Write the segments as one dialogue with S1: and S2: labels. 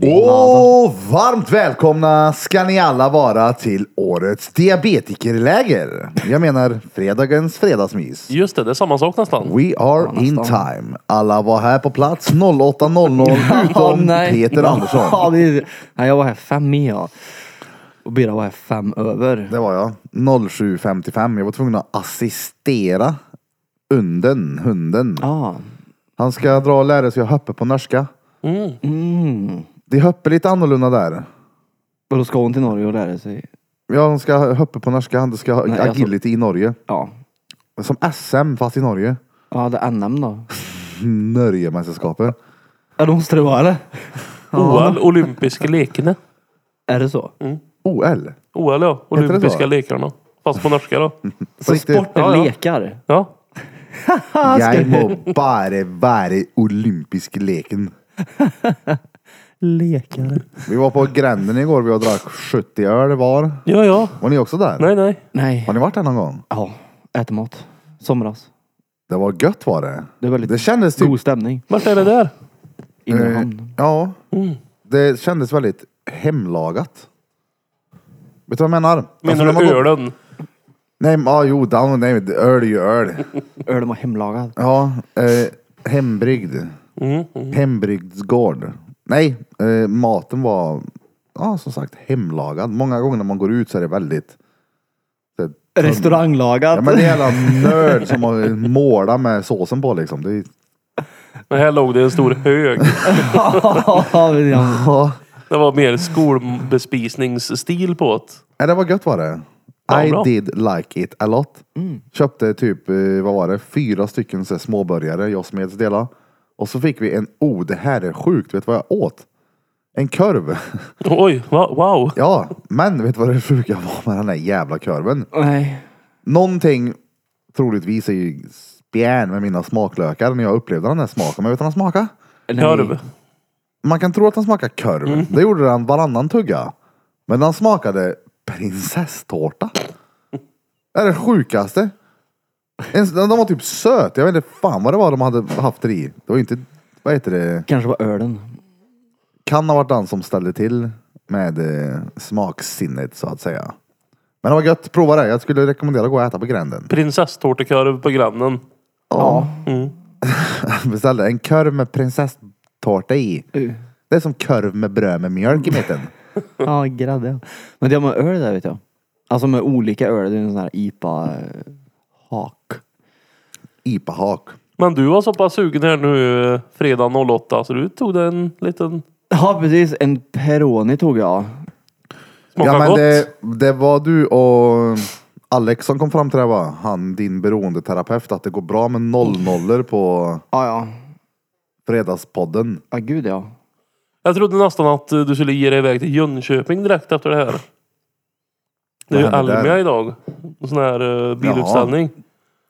S1: Och varmt välkomna ska ni alla vara till årets diabetikerläger. Jag menar fredagens fredagsmys.
S2: Just det, det är samma sak nästan.
S1: We are in time. Alla var här på plats 08.00 utom Peter
S3: Ja,
S1: Andersson.
S3: det är, nej, jag var här fem i ja. Och Birra var här fem över.
S1: Det var jag. 07.55. Jag var tvungen att assistera hunden. hunden.
S3: Ja.
S1: Han ska dra och lära sig att hoppa på norska.
S3: Mm.
S1: De hoppar lite annorlunda där.
S3: Och då ska hon till Norge och lära sig.
S1: Ja, de ska hoppa på norska. De ska ha
S3: Nej, alltså-
S1: agility i Norge.
S3: Ja.
S1: Som SM fast i Norge.
S3: Ja, det är NM då.
S1: Norgemästerskapet.
S3: Ja, då måste det vara det.
S2: OL, olympiska lekarna.
S3: Är det så?
S2: Mm.
S1: OL.
S2: OL ja,
S1: det
S2: olympiska
S1: så?
S2: lekarna. Fast på norska då.
S3: Så
S1: riktigt.
S3: sporten
S2: Ja, ja.
S3: lekar.
S2: Ja,
S1: Jag må bara vara i olympisk leken.
S3: Lekar?
S1: Vi var på gränden igår. Vi har drack 70 öl var.
S2: ja, ja.
S1: Var ni också där?
S2: Nej, nej.
S3: Nej.
S1: Har ni varit där någon gång?
S3: Ja, äter mat. Somras.
S1: Det var gött var det.
S3: Det är väldigt
S1: Det kändes typ...
S3: god stämning.
S2: Vart är det där?
S3: Inre
S1: eh,
S3: hamn.
S1: ja. Det kändes väldigt hemlagat. Vet du vad jag menar? Alltså,
S2: Menar
S1: när man
S2: du
S1: går-
S2: ölen?
S1: Nej, men, ah, jo, down, nej, men öl är ju öl.
S3: Öl de har hemlagad.
S1: Ja, eh, hembryggd.
S2: Mm,
S1: Hembrygdsgård. Nej, eh, maten var ja, som sagt hemlagad. Många gånger när man går ut så är det väldigt... Det,
S3: Restauranglagad.
S1: ja, men det är en jävla nörd som har målat med såsen på liksom. Det är,
S2: Men här låg det en stor hög.
S3: Ja, men jag-
S1: ja.
S2: Det var mer skolbespisningsstil på det.
S1: Nej, det var gött var det.
S2: Ja,
S1: I
S2: bra.
S1: did like it a lot. Köpte typ, eh, vad var det, fyra stycken så här småburgare, jag och Smeds dela. Och så fick vi en, oh det här är sjukt, vet du vad jag åt? En korv.
S2: Oj, va, wow.
S1: Ja, men vet du vad det sjuka var med den där jävla korven?
S3: Nej.
S1: Någonting troligtvis är ju spjärn med mina smaklökar när jag upplevde den där smaken. Men vet du vad den smakade?
S3: Nej.
S2: Korv.
S1: Man kan tro att den smakar korv. Det gjorde den varannan tugga. Men den smakade prinsesstårta. Det är det sjukaste. En, den den var typ söt. Jag vet inte fan vad det var de hade haft det i. Det var ju inte, vad heter det?
S3: Kanske var ölen.
S1: Kan ha varit den som ställde till med eh, smaksinnet så att säga. Men det var gött, prova det. Jag skulle rekommendera att gå och äta på gränden.
S2: Prinsesstårtekorv på grannen.
S1: Ja.
S2: Mm.
S1: Beställde en korv med prinsesstårta i.
S3: Uh.
S1: Det är som korv med bröd med mjölk i mitten.
S3: Ja, grädde. ja. Men det har med öl där vet jag. Alltså med olika öl. Det är en sån här IPA eh, hak.
S1: IPA-hak.
S2: Men du var så pass sugen här nu eh, fredag 08 så du tog dig en liten
S3: Ja precis, en Peroni tog jag.
S2: smaka
S1: ja, men
S2: gott.
S1: Det, det var du och Alex som kom fram till det här, va? Han, din beroendeterapeut, att det går bra med noll nollor på
S3: Ja ja.
S1: Fredagspodden.
S3: Ja gud ja.
S2: Jag trodde nästan att eh, du skulle ge dig iväg till Jönköping direkt efter det här. Det är ju
S1: Vad hände där?
S2: Almia idag. En sån här eh, biluppställning.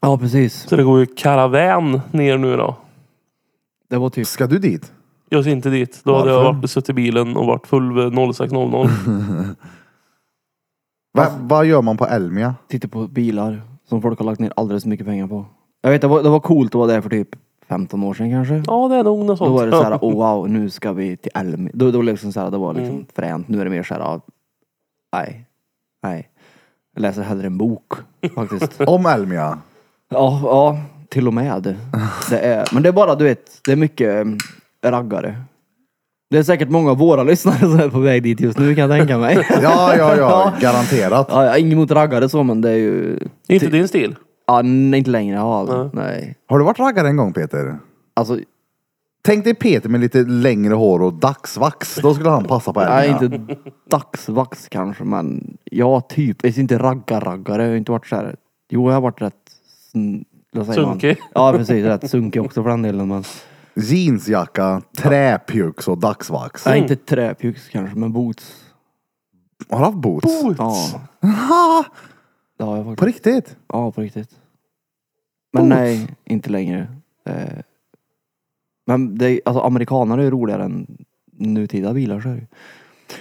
S3: Ja precis.
S2: Så det går ju karavän ner nu då.
S3: Det var typ.
S1: Ska du dit?
S2: Jag ska inte dit. Då hade jag
S1: Varför?
S2: varit, suttit i bilen och varit full vid 06.00.
S1: Va, vad gör man på Elmia?
S3: Titta på bilar som folk har lagt ner alldeles för mycket pengar på. Jag vet det var, det var coolt att vara där för typ 15 år sedan kanske.
S2: ja, det är nog något sånt.
S3: Då var det så här, oh, wow nu ska vi till Elm. Då, då liksom så här, det var liksom fränt. Nu är det mer så här, ah, nej. Nej. Jag läser hellre en bok faktiskt.
S1: Om Elmia?
S3: Ja, ja, till och med. Det är, men det är bara, du vet, det är mycket mm, raggare. Det är säkert många av våra lyssnare som är på väg dit just nu kan jag tänka mig.
S1: Ja, ja, ja, garanterat.
S3: Ja, jag har inget emot raggare så, men det är ju...
S2: Inte din stil.
S3: Ja, n- inte längre. Ja, nej.
S1: Har du varit raggare en gång Peter?
S3: Alltså,
S1: Tänk dig Peter med lite längre hår och dagsvax. Då skulle han passa på Elmia.
S3: jag är inte dagsvax kanske, men ja, typ. Jag är inte raggar-raggare. Jag har inte varit så här... Jo, jag har varit rätt... sn- vad säger man?
S2: Sunkig.
S3: Ja, precis. Rätt sunkig också för den delen. Men,
S1: Jeansjacka, träpjuks och dagsvax.
S3: nej, inte träpjuks kanske, men boots.
S1: Har du haft boots?
S3: Ja,
S1: Ha!
S3: det har jag faktiskt.
S1: På riktigt?
S3: Ja, på riktigt. Men nej, inte längre. Eh, men det, är- alltså, amerikanare är ju roligare än nutida bilar. Så är det. ju.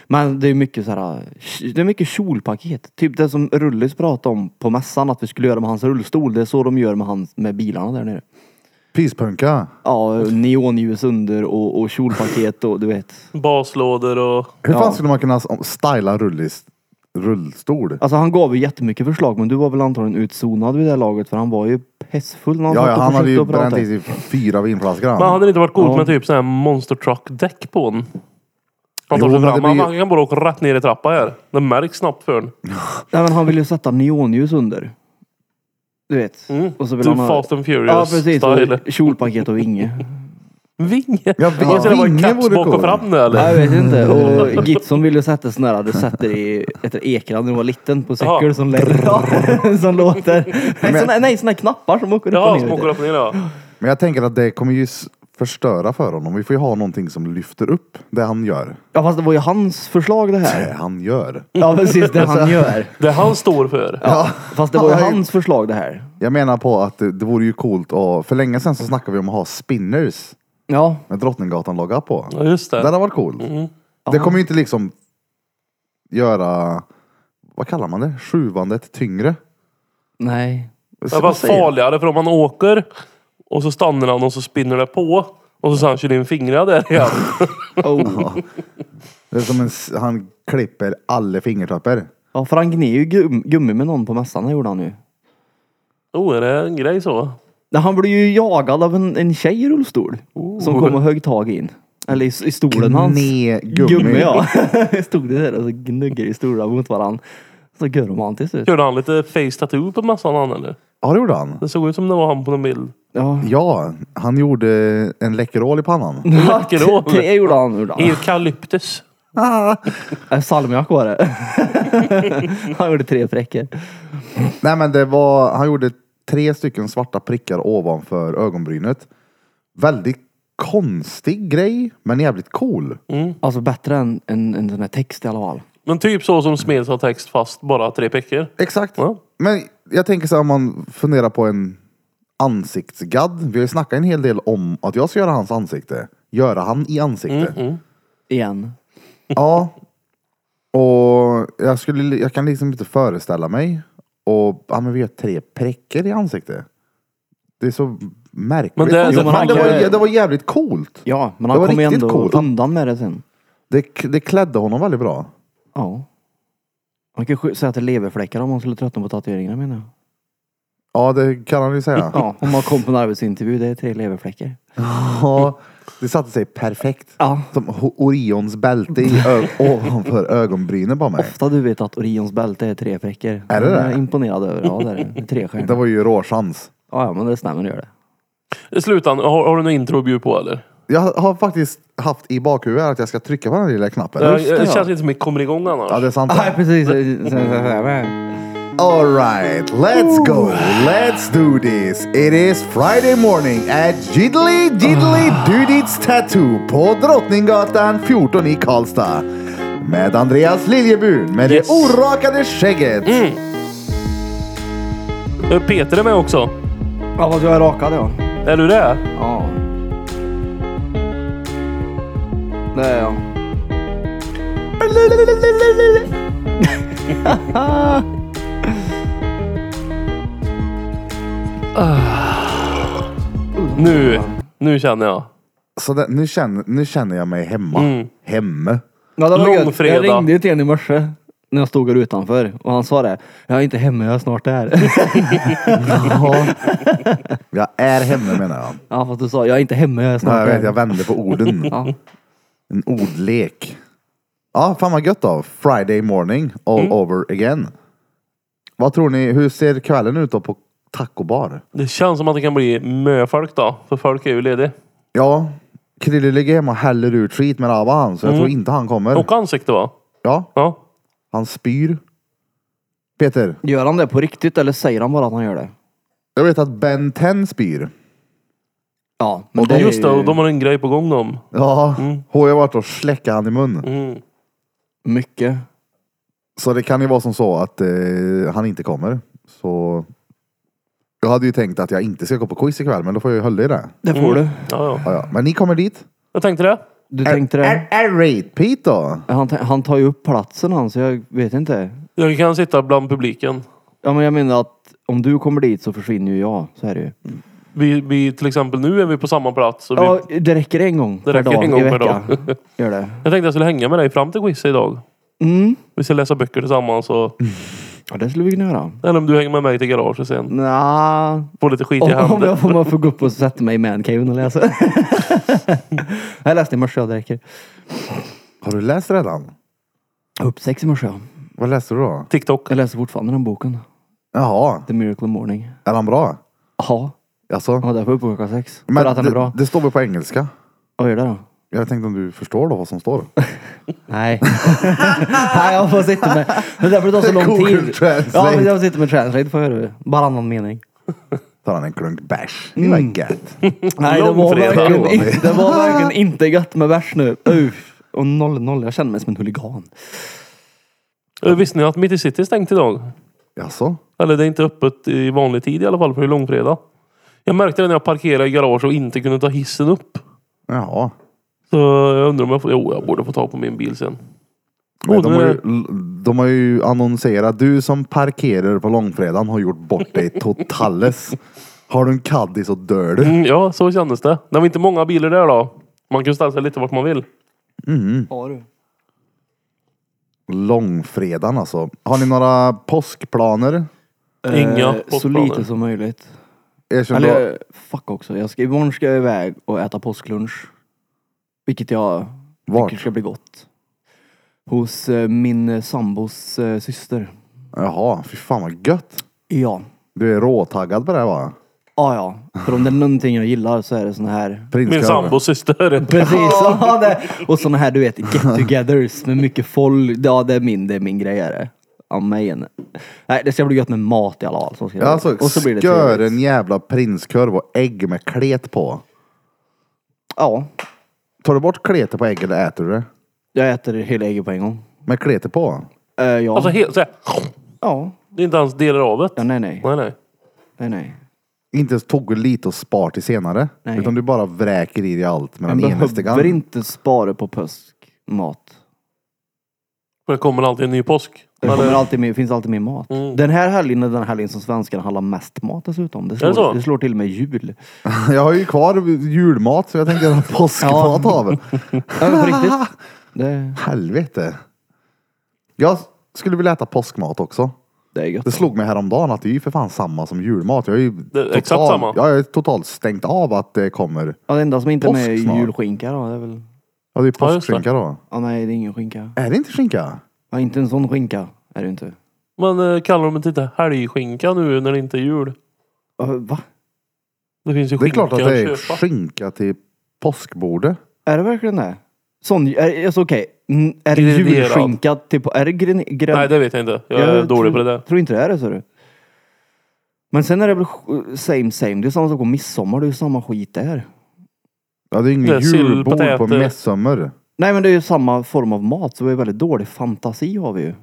S3: Men det är mycket så här, eh, det är mycket kjolpaket. Typ det som Rullis pratade om på mässan att vi skulle göra med hans rullstol. Det är så de gör med, hans, med bilarna där nere.
S1: Pyspunka.
S3: Ja, neonljus under och, och kjolpaket och du vet.
S2: Baslådor och...
S1: Hur
S3: Ja.
S1: fan skulle man kunna s- styla rullis, rullstol?
S3: Alltså han gav ju jättemycket förslag men du var väl antagligen utzonad vid det här laget för han var ju pessfull när han
S1: Ja,
S3: satt
S1: ja,
S3: och
S1: han hade
S3: försökte
S1: ju
S3: att prata.
S1: bränt i sig fyra vinflaskor.
S2: Men
S1: han.
S2: hade det inte varit coolt
S3: Ja.
S2: med typ sån här monster truck däck på den? Han tar
S1: Jo,
S2: sig
S1: men det
S2: fram.
S1: blir-
S2: Han kan bara åka rätt ner i trappan här. Det märks snabbt för den.
S3: Nej men han ville ju sätta neonljus under. Du vet.
S2: Mm.
S3: Och så vill
S2: Typ
S3: han ha...
S2: Fast and
S3: Ja
S2: Furious
S3: precis.
S2: style.
S3: Och kjolpaket och vinge.
S2: Vinge!
S1: Ja,
S2: Vad ska det vara en
S1: vinge
S2: katt
S1: vore
S2: bak och
S1: cool.
S2: fram nu
S3: Nej,
S2: eller?
S3: jag vet inte. Och Gibson ville sätta sån där, du sätter i ett ekran när du var liten på cykel
S2: Ja.
S3: som, lä- Ja, som låter. Nej, såna, nej, såna här knappar som åker upp
S2: Ja,
S3: och
S2: som
S3: ner.
S2: åker
S3: lite.
S2: upp och ner ja.
S1: Men jag tänker att det kommer ju s- förstöra för honom. Vi får ju ha någonting som lyfter upp det han gör.
S3: Ja fast det var ju hans förslag det här.
S1: Det han gör.
S3: Ja precis, det han gör.
S2: Det han står för.
S3: Ja, fast det var ju
S1: Alltså. Ja, jag-
S3: hans förslag det här.
S1: Jag menar på att det, det vore ju coolt att... För länge sedan så snackade vi om att ha spinners
S3: Ja,
S1: med Drottninggatan-logga på.
S2: Ja, just
S1: Det hade
S2: det.
S1: varit coolt. Det kommer ju inte liksom göra... Vad kallar man det? Sjuvandet tyngre?
S3: nej.
S2: Det var farligare för om man åker och så stannar han och så spinner det på. Och så sen han kör in fingrar där igen.
S3: Oh.
S1: Det är som en, s- han klipper alla fingertappar.
S3: Ja, för han gned ju gum- gummi med någon på mässan, det gjorde han ju.
S2: Oh, är det en grej så?
S3: Nej, Han blev ju jagad av en, en tjej i rullstol.
S1: Oh.
S3: Som kom och högg tag i en. Eller i, i stolen hans.
S1: Gne gummi.
S3: ja. Stod det där och så gnuggar i stolarna mot varandra. Så gör de han till slut.
S2: Körde han lite face tattoo på mössan han eller?
S1: Ja, det gjorde han.
S2: Det såg ut som det var han på någon bild.
S3: Ja.
S1: Ja, han gjorde en Läkerol i pannan.
S2: Läckerol.
S3: Det- Det gjorde han. Gjorde han.
S2: Eukalyptus.
S3: Eh, Salmiak var det. han gjorde tre fräcker.
S1: Nej men det var, han gjorde tre stycken svarta prickar ovanför ögonbrynet. Väldigt konstig grej, men jävligt cool.
S3: Alltså bättre än en, en sån här text i alla fall.
S2: Men typ så som Smeds har text fast bara tre prickar.
S1: Exakt.
S2: Ja.
S1: Men jag tänker så här, om man funderar på en ansiktsgadd. Vi har ju snackat en hel del om att jag ska göra hans ansikte. Göra han i ansikte.
S2: Mm,
S3: Igen.
S1: Ja. Och jag, skulle, jag kan liksom inte föreställa mig. Och ja, men vi har tre prickar i ansiktet. Det är så märkligt.
S2: Men det-
S1: Jo,
S2: det-
S1: men han- det,
S3: han
S1: var,
S3: kan-
S1: det var jävligt coolt.
S3: Ja, men
S1: Det
S3: han
S1: var
S3: kom ju
S1: riktigt
S3: ändå
S1: coolt.
S3: undan med det sen.
S1: Det, det klädde honom väldigt bra.
S3: Ja. Man kan ju säga att det är leverfläckar om man skulle tröttna på tatueringarna menar jag.
S1: Ja, det kan han ju säga.
S3: Ja, om man kom på en arbetsintervju, det är tre leverfläckar.
S1: Ja, det satte sig perfekt.
S3: Ja.
S1: Som Ho- Orions bälte i ö- ovanför ögonbrynen på mig.
S3: Ofta du vet att Orions bälte är tre fläckar.
S1: Är det
S3: Jag
S1: det?
S3: imponerad över. Ja, det är det. det. är Tre stjärnor.
S1: Det var ju råchans.
S3: Ja, ja, men det stämmer, det gör det.
S2: I slutändan, har, har du något intro att bjuda på eller?
S1: Jag har faktiskt haft i bakhuvudet att jag ska trycka på den lilla knappen.
S2: Det,
S3: det,
S2: det
S3: ja.
S2: känns inte som att vi kommer igång annars.
S1: Ja, det är sant.
S3: Nej, precis.
S1: All right, let's go. Let's do this. It is Friday morning at Jiddly Jiddly
S2: Ah.
S1: Dudits Tattoo på Drottninggatan 14 i Karlstad. Med Andreas Liljebun med
S2: Yes. Mm.
S1: det orakade skägget.
S2: Eh, Peter är med också.
S3: Ja, fast jag är rakad ja.
S2: Är du det?
S3: Ja. Det är jag.
S2: Nu, nu känner jag.
S1: Så det, nu, känner, nu känner jag mig hemma.
S2: Mm.
S1: Hemme.
S3: Ja, det var gött.
S2: Långfredag.
S3: Jag ringde ju till en i morse när jag stod här utanför och han sa det. Jag är inte hemma, jag är snart där.
S1: Jag är hemme menar jag.
S3: ja, fast du sa jag är inte hemma, jag är snart
S1: Ja, jag vet,
S3: där.
S1: jag vände på orden.
S3: Ja.
S1: En ordlek. Ja, fan vad gött då. Friday morning all
S2: Mm.
S1: over again. Vad tror ni, hur ser kvällen ut då på tacobar?
S2: Det känns som att det kan bli möfolk då. För folk är ju lediga.
S1: Ja, Krille ligger hemma och häller ut skit med Abba han, så jag tror inte han kommer.
S2: Mm. Och ansikte va?
S1: Ja,
S2: Ja.
S1: han spyr. Peter,
S3: Gör han det på riktigt eller säger han bara att han gör det?
S1: jag vet att Ben 10 spyr.
S3: Ja, men
S1: Och
S3: det
S1: de-
S3: är
S2: Just det,
S3: ju
S2: och de har en grej på gång de.
S1: Ja, hon har varit och släckat han i mun.
S2: Mm.
S3: mycket.
S1: Så det kan ju vara som så att eh, han inte kommer. Så jag hade ju tänkt att jag inte ska gå på quiz ikväll, men då får jag ju hålla i det.
S3: Det får du.
S2: Mm. Ja, ja.
S1: Ja, ja. Men ni kommer dit.
S2: Jag tänkte det.
S3: Du tänkte det.
S1: Alright Pete då.
S3: Han, ta- han tar ju upp platsen han, så jag vet inte.
S2: Jag kan sitta bland publiken.
S3: Ja, men jag menar att om du kommer dit så försvinner ju jag. Så är det ju.
S2: Vi, vi, till exempel nu är vi på samma plats. Och vi,
S3: Ja, det räcker en gång
S2: det räcker
S3: per dag
S2: en gång
S3: i
S2: per
S3: veckan.
S2: dag.
S3: Gör det.
S2: Jag tänkte jag skulle hänga med dig fram till quizet idag.
S3: Mm.
S2: Vi ska läsa böcker tillsammans och...
S3: Ja, det skulle vi kunna göra.
S2: Eller om du hänger med mig till garaget sen.
S3: Nja,
S2: Få lite skit i
S3: om, om
S2: handen.
S3: jag får man får gå upp och sätta mig i mancave och läsa. jag läste i morse, ja, det räcker.
S1: Har du läst redan?
S3: Upp sex i morse, ja.
S1: Vad läste du då?
S2: TikTok.
S3: Jag läser fortfarande den boken.
S1: Jaha,
S3: The Miracle Morning.
S1: är han bra?
S3: Ja,
S1: Alltså,
S3: ja därför uppe klockan sex. För
S1: men
S3: att den är
S1: det,
S3: bra.
S1: det står väl på engelska?
S3: Vad gör det då?
S1: Jag tänkte om du förstår då vad som står?
S3: Nej. Nej, jag får sitta med. Men därför det tar så lång
S1: Google
S3: tid.
S1: Translate.
S3: Ja, men jag sitter med translate för hur Varannan mening.
S1: Tar han en klunk bärs? Det
S3: Mm.
S1: var gött.
S3: Nej, det var,
S2: Långfredag.
S3: verkligen, inte- det var verkligen inte gött med vers nu. Uff. Och 0-0, jag känner mig som en huligan.
S2: Eh, Visste ni att Mitt i City är stängt idag?
S1: Jaså?
S2: Eller det är inte öppet i vanlig tid i alla fall, för det är långfredag. Jag märkte det när jag parkerade i garage och inte kunde ta hissen upp.
S1: Jaha.
S2: Så jag undrar om jag får... Jo, jag borde få tag på min bil sen.
S1: Men
S2: Oh,
S1: de,
S2: nu
S1: har
S2: är
S1: ju, de har ju annonserat, du som parkerar på långfredagen har gjort bort dig totales. Har du en caddy så dör du.
S2: Mm, ja, så kändes det. Det var inte många bilar där då. Man kan ställa sig lite vart man vill.
S3: Har du?
S1: Långfredagen alltså. Har ni några påskplaner?
S2: Inga
S3: Eh, Så
S2: postplaner.
S3: lite som möjligt.
S1: Erkänn då-
S3: Eller fuck också. Jag ska, imorgon ska jag iväg och äta påsklunch. Vilket jag tycker
S1: Vart?
S3: ska bli gott. Hos eh, min eh, sambos eh, syster.
S1: Jaha, fy fan vad gött.
S3: Ja.
S1: Du är råtaggad på det här va?
S3: Ja, ja. För om det är någonting jag gillar så är det såna här.
S2: Min
S1: Prinskorv.
S2: sambos syster.
S3: Precis. Ja, det. Och såna här du vet get-togethers med mycket folk. Ja, det är min, det är min grej är det. Amen. Nej, det ska bli gött med mat i alla fall. Så ska
S1: Ja,
S3: det bli.
S1: alltså,
S3: och så blir det
S1: skör
S3: trevligt.
S1: en jävla prinskorv och ägg med klet på.
S3: Ja,
S1: Tar du bort kletet på ägg eller äter du det?
S3: jag äter hela ägget på en gång.
S1: Med kletet på?
S3: Eh, ja.
S2: Alltså helt så här.
S3: ja.
S2: Det är inte ens delar av det.
S3: Ja, nej, nej.
S2: Nej, nej.
S3: Nej, nej.
S1: Inte ens tog lite och spar till senare.
S3: Nej.
S1: Utan du bara vräker i dig allt med
S3: Man
S1: den enaste
S3: behöver
S1: gang.
S3: inte spara på påskmat.
S2: För det kommer alltid en ny påsk.
S3: Det
S2: Men,
S3: kommer
S2: eh,
S3: alltid med, finns alltid mer mat.
S2: Mm.
S3: Den här helgen är den helgen som svenskarna handlar mest mat dessutom. Det slår,
S2: det så?
S3: det slår till och med jul.
S1: Jag har ju kvar julmat så jag tänker ha påskmat av.
S3: Ja, men på riktigt. Det,
S1: Helvete. Jag skulle vilja äta påskmat också.
S3: det är gött.
S1: Det slog mig häromdagen att det är ju för fan samma som julmat. Jag är ju
S2: är
S1: total,
S2: exakt samma.
S1: Jag är totalt stängt av att det kommer.
S3: Ja, det enda som inte är med är
S1: Påsk snart.
S3: julskinka då. Det är väl...
S1: Ja det är
S2: Ja, just det.
S1: påskskinka då.
S3: Ja, nej, det är ingen skinka.
S1: Är det inte skinka?
S3: Ja, inte en sån skinka är det inte.
S2: men eh, kallar de inte det helgskinka nu när det inte är jul?
S3: Ja, Va?
S2: Det finns ju
S1: Det är
S2: skinka
S1: klart att det är
S2: att köpa.
S1: skinka till påskbordet.
S3: Är det verkligen det? Sån, är, alltså okej. Mm, Är det
S2: Graderad.
S3: julskinka till på... Är det gren, gren,
S2: Nej, det vet jag inte. Jag är dålig på
S3: tror,
S2: det där.
S3: tror inte det är det, så du. Men sen är det väl sj- same same. Det är samma sak på midsommar. Det är ju samma skit där.
S1: Ja det är
S2: Det är
S1: inget
S2: sill,
S1: julbord på
S2: potäter.
S1: midsommar.
S3: Nej, men det är ju samma form av mat. Så vi är väldigt dålig fantasi har vi ju.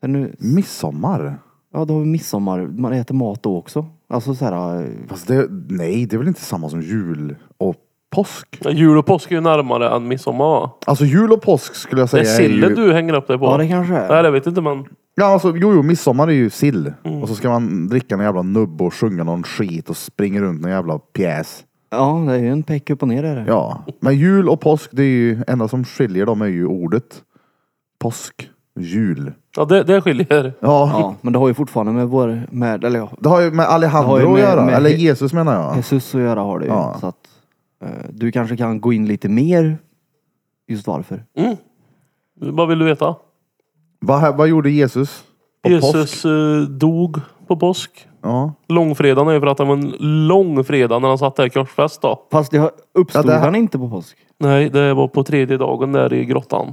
S3: Men nu,
S1: Midsommar?
S3: ja, då har vi midsommar. Man äter mat då också. Alltså så här... eh,
S1: Fast det, nej det är väl inte samma som jul och påsk?
S2: Ja, Jul och påsk är ju närmare än midsommar va?
S1: Alltså jul och påsk skulle jag
S2: Det
S1: säga
S2: är sillen
S1: ju...
S2: du hänger upp dig på.
S3: Ja, det kanske är.
S2: Nej, det vet inte men. Mm.
S1: Ja alltså jo jo, midsommar är ju sill. Och så ska man dricka någon jävla nubb och sjunga någon skit och springa runt någon jävla pjäs.
S3: Ja, det är ju en peck upp och ner är det.
S1: Ja. Men jul och påsk, det är ju, enda som skiljer dem är ju ordet. Påsk. Jul.
S2: Ja, det, det skiljer.
S1: Ja.
S3: Ja, men det har ju fortfarande med vår, med, eller ja,
S1: Det har ju med Alejandro
S3: Det har ju
S1: att
S3: med-
S1: göra.
S3: med-
S1: Eller Jesus menar jag.
S3: Jesus att göra har det ju.
S1: Ja.
S3: Så att eh, du kanske kan gå in lite mer just varför.
S2: Vad vill du veta?
S1: Vad, vad gjorde Jesus? På Påsk?
S2: Jesus eh, dog på påsk.
S1: Ja.
S2: Långfredagen är ju för att det var en lång fredag när han satt där i korsfäst då.
S3: Fast det har- uppstod
S1: Ja, det här-
S3: han inte på påsk?
S2: Nej, det var på tredje dagen där i grottan.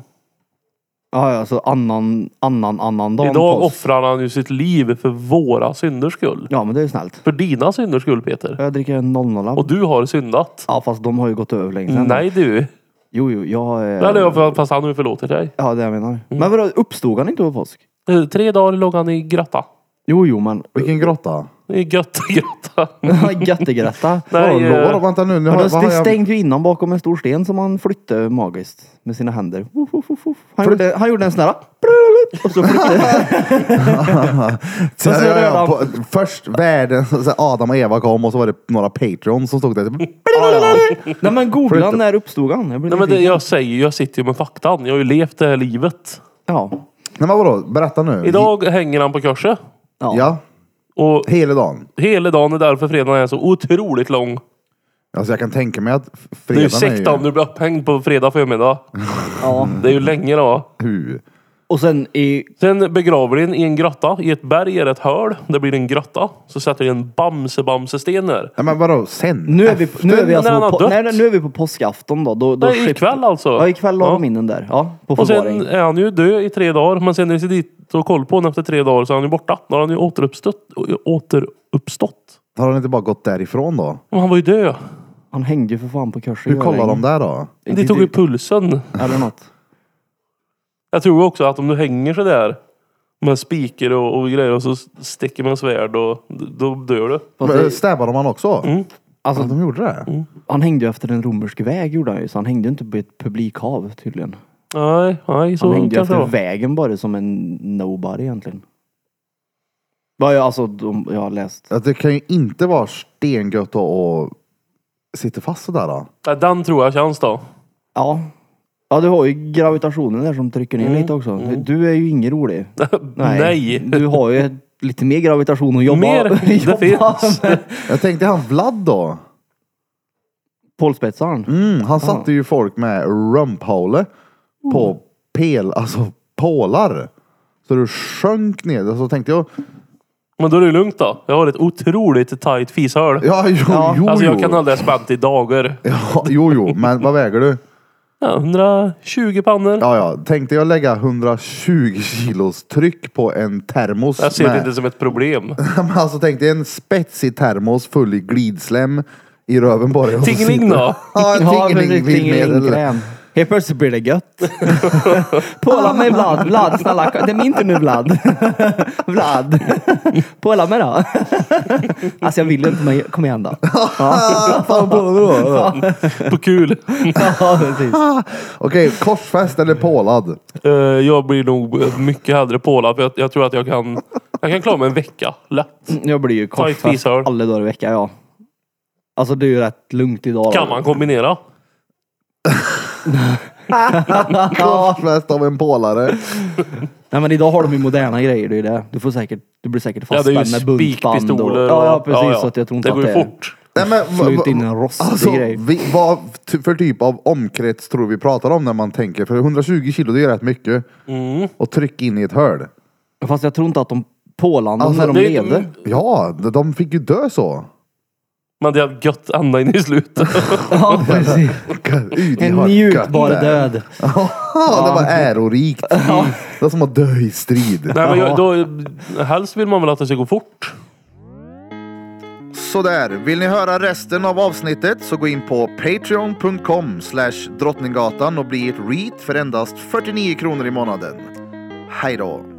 S3: Ja, ja, alltså annan, annan, annan dag
S2: Idag
S3: påsk.
S2: offrar han ju sitt liv för våra synders skull.
S3: Ja, men det är ju snällt.
S2: För dina synders skull Peter.
S3: Jag dricker en 00
S2: Och du har syndat.
S3: Ja, fast de har ju gått över för länge sedan.
S2: Nej du.
S3: Jo, jo, jag... eh,
S2: Eller jag, fast han nu förlåter sig.
S3: Ja, det jag menar. Men vadå, uppstod han inte på påsk?
S2: Eh, Tre dagar låg han i grotta.
S3: Jo, jo, men...
S1: Vilken grotta?
S2: I gött grotta.
S3: Göttegrätta.
S2: Nej,
S1: Vadå,
S2: eh,
S1: lår? vänta nu. nu
S3: Men
S1: har,
S3: det
S1: vad har jag...
S3: stängde ju innan bakom en stor sten som han flyttade magiskt med sina händer. Woof, woof, woof, woof. Han,
S1: Flytt-
S3: gjorde, han gjorde en sån här... Och så flyttade
S1: Sen
S3: så
S1: ja, ja,
S3: redan-
S1: på, först världen, så här, Adam och Eva kom och så var det några Patreons som stod där.
S3: Nej men googla när uppstod han? Jag blir
S2: Nej men det
S3: nyfiken.
S2: jag säger, jag sitter ju med faktan. Jag har ju levt det här livet.
S3: Ja.
S1: Nej men vadå, berätta nu.
S2: Idag hänger han på korset.
S3: Ja.
S1: Ja,
S2: Och
S1: hela dagen.
S2: hela dagen är därför fredagen är så otroligt lång.
S1: Alltså jag kan tänka mig att
S2: Det är ju
S1: fredagen
S2: sekta om du blir upphängd på fredag förmiddag.
S3: ja.
S2: Det är ju länge då.
S1: Hur?
S3: Och sen i...
S2: Sen begraver din i en grotta. I ett berg är det ett hål. Det blir en grotta. Så sätter du en Bamse-Bamse-sten där.
S1: Nej men vadå, sen? Äh,
S3: Nu är vi, nu är vi
S2: Äh, när han
S3: alltså
S2: har
S3: på,
S2: dött.
S3: nej, nej, nu är vi på påskafton då. då, då
S2: Nej, ikväll alltså.
S3: Ja, ikväll la
S2: Ja.
S3: de in den där. Ja, på
S2: Och
S3: förvaring.
S2: sen är han ju död i tre dagar. Men sen när vi sitter dit och kollar på honom efter tre dagar så är han ju borta. Då har han ju återuppstått. återuppstått.
S1: Har han inte bara gått därifrån då?
S2: Men han var ju död.
S3: Han hängde ju för fan på kursen.
S1: Hur kollar de där då?
S2: Det tog ju pulsen.
S3: Eller något.
S2: Jag tror också att om du hänger så där med spikar och, och grejer och så sticker man svärd och d- då dör du.
S3: Fast
S1: Men,
S3: det,
S1: Stäbbade man också?
S2: Mm.
S3: alltså,
S1: Att de gjorde det?
S3: Han hängde ju efter en romersk väg gjorde han ju, så han hängde ju inte på ett publikhav tydligen.
S2: Nej, nej
S3: Han
S2: så
S3: hängde ju
S2: kanske
S3: efter
S2: det var.
S3: vägen bara som en nobody egentligen. Vad jag, alltså, de, jag har läst.
S1: Att det kan ju inte vara stengött och, och sitta fast sådär då.
S2: Ja, Den tror jag känns då.
S3: Ja. Ja, du har ju gravitationen där som trycker ner lite också. Du är ju ingen rolig.
S2: Nej.
S3: Du har ju lite mer gravitation att jobba,
S2: Mer? Det
S3: jobba
S2: finns.
S3: med.
S1: Jag tänkte han Vlad då.
S3: Pålspetsaren.
S1: Mm, han satte ju folk med rumphåle
S2: Mm.
S1: på pel, alltså pålar. Så du sjönk ner. Så tänkte jag,
S2: Men då är det lugnt då. Jag har ett otroligt tight fishål.
S1: ja jo jo,
S2: Alltså
S1: jo.
S2: jag kan hålla det spänt i dagar.
S1: ja, jo jo, men vad väger du?
S2: Ja, 120 pannor.
S1: Ja ja, tänkte jag lägga 120 kilos tryck på en termos.
S2: Jag ser det
S1: med-
S2: inte som ett problem.
S1: Men alltså tänk dig en spetsig termos full i glidslem i röven på dig. och så
S2: Tingling
S1: sitter-
S2: då?
S1: Ja, tingling glidmedel.
S3: tingeling-kräm. Helt plötsligt blir det gött. Påla mig Vlad, Vlad snälla. Det är min tur nu Vlad. Vlad. Påla mig då. Alltså jag vill ju inte men kom igen då.
S1: Ah, Fan på det då.
S2: På kul.
S3: Ja, precis.
S1: Ah, Okej, korsfäst eller pålad?
S2: Eh, Jag blir nog mycket hellre pålad. För jag, jag tror att jag kan, jag kan klara mig en vecka. Lätt.
S3: Jag blir ju korsfäst
S2: fishål.
S3: alla dagar i veckan ja. Alltså det är ju rätt lugnt idag. då.
S2: Kan man kombinera?
S3: ja.
S1: Korsfäst av en pålare.
S3: Nej men idag har de ju moderna grejer, det är ju det. Du får säkert, du blir säkert
S2: Ja, det är ju
S3: fastspänd med buntband. Och,
S2: spikpistoler.
S3: ja, ja
S2: och-
S3: precis. Så att jag tror inte
S2: det
S3: att
S2: går ju
S3: det är...
S2: fort.
S1: Nej, men,
S3: Slå
S1: va-
S3: ut in
S1: va-
S3: en rostig
S1: alltså,
S3: grej.
S1: Vi, vad t- för typ av omkrets tror vi pratar om när man tänker? För 120 kilo det är rätt mycket.
S2: Mm.
S1: Och tryck in i ett hörn.
S3: Fast jag tror inte att de pålade
S1: Alltså,
S3: när de
S2: det är-
S3: levde.
S1: Ja, de- de fick ju dö så.
S2: Men det är gött ända in i slutet.
S3: Ja, precis.
S1: Gud,
S3: En
S1: vad
S3: njutbar
S1: gött det är.
S3: död.
S1: Ja, det var ärorikt. Det var som att dö i strid.
S2: Nej, men jag, då, helst vill man väl att det ska gå fort.
S1: Sådär, vill ni höra resten av avsnittet så gå in på patreon.com slash drottninggatan och bli ett reat för endast 49 kronor i månaden. Hej då!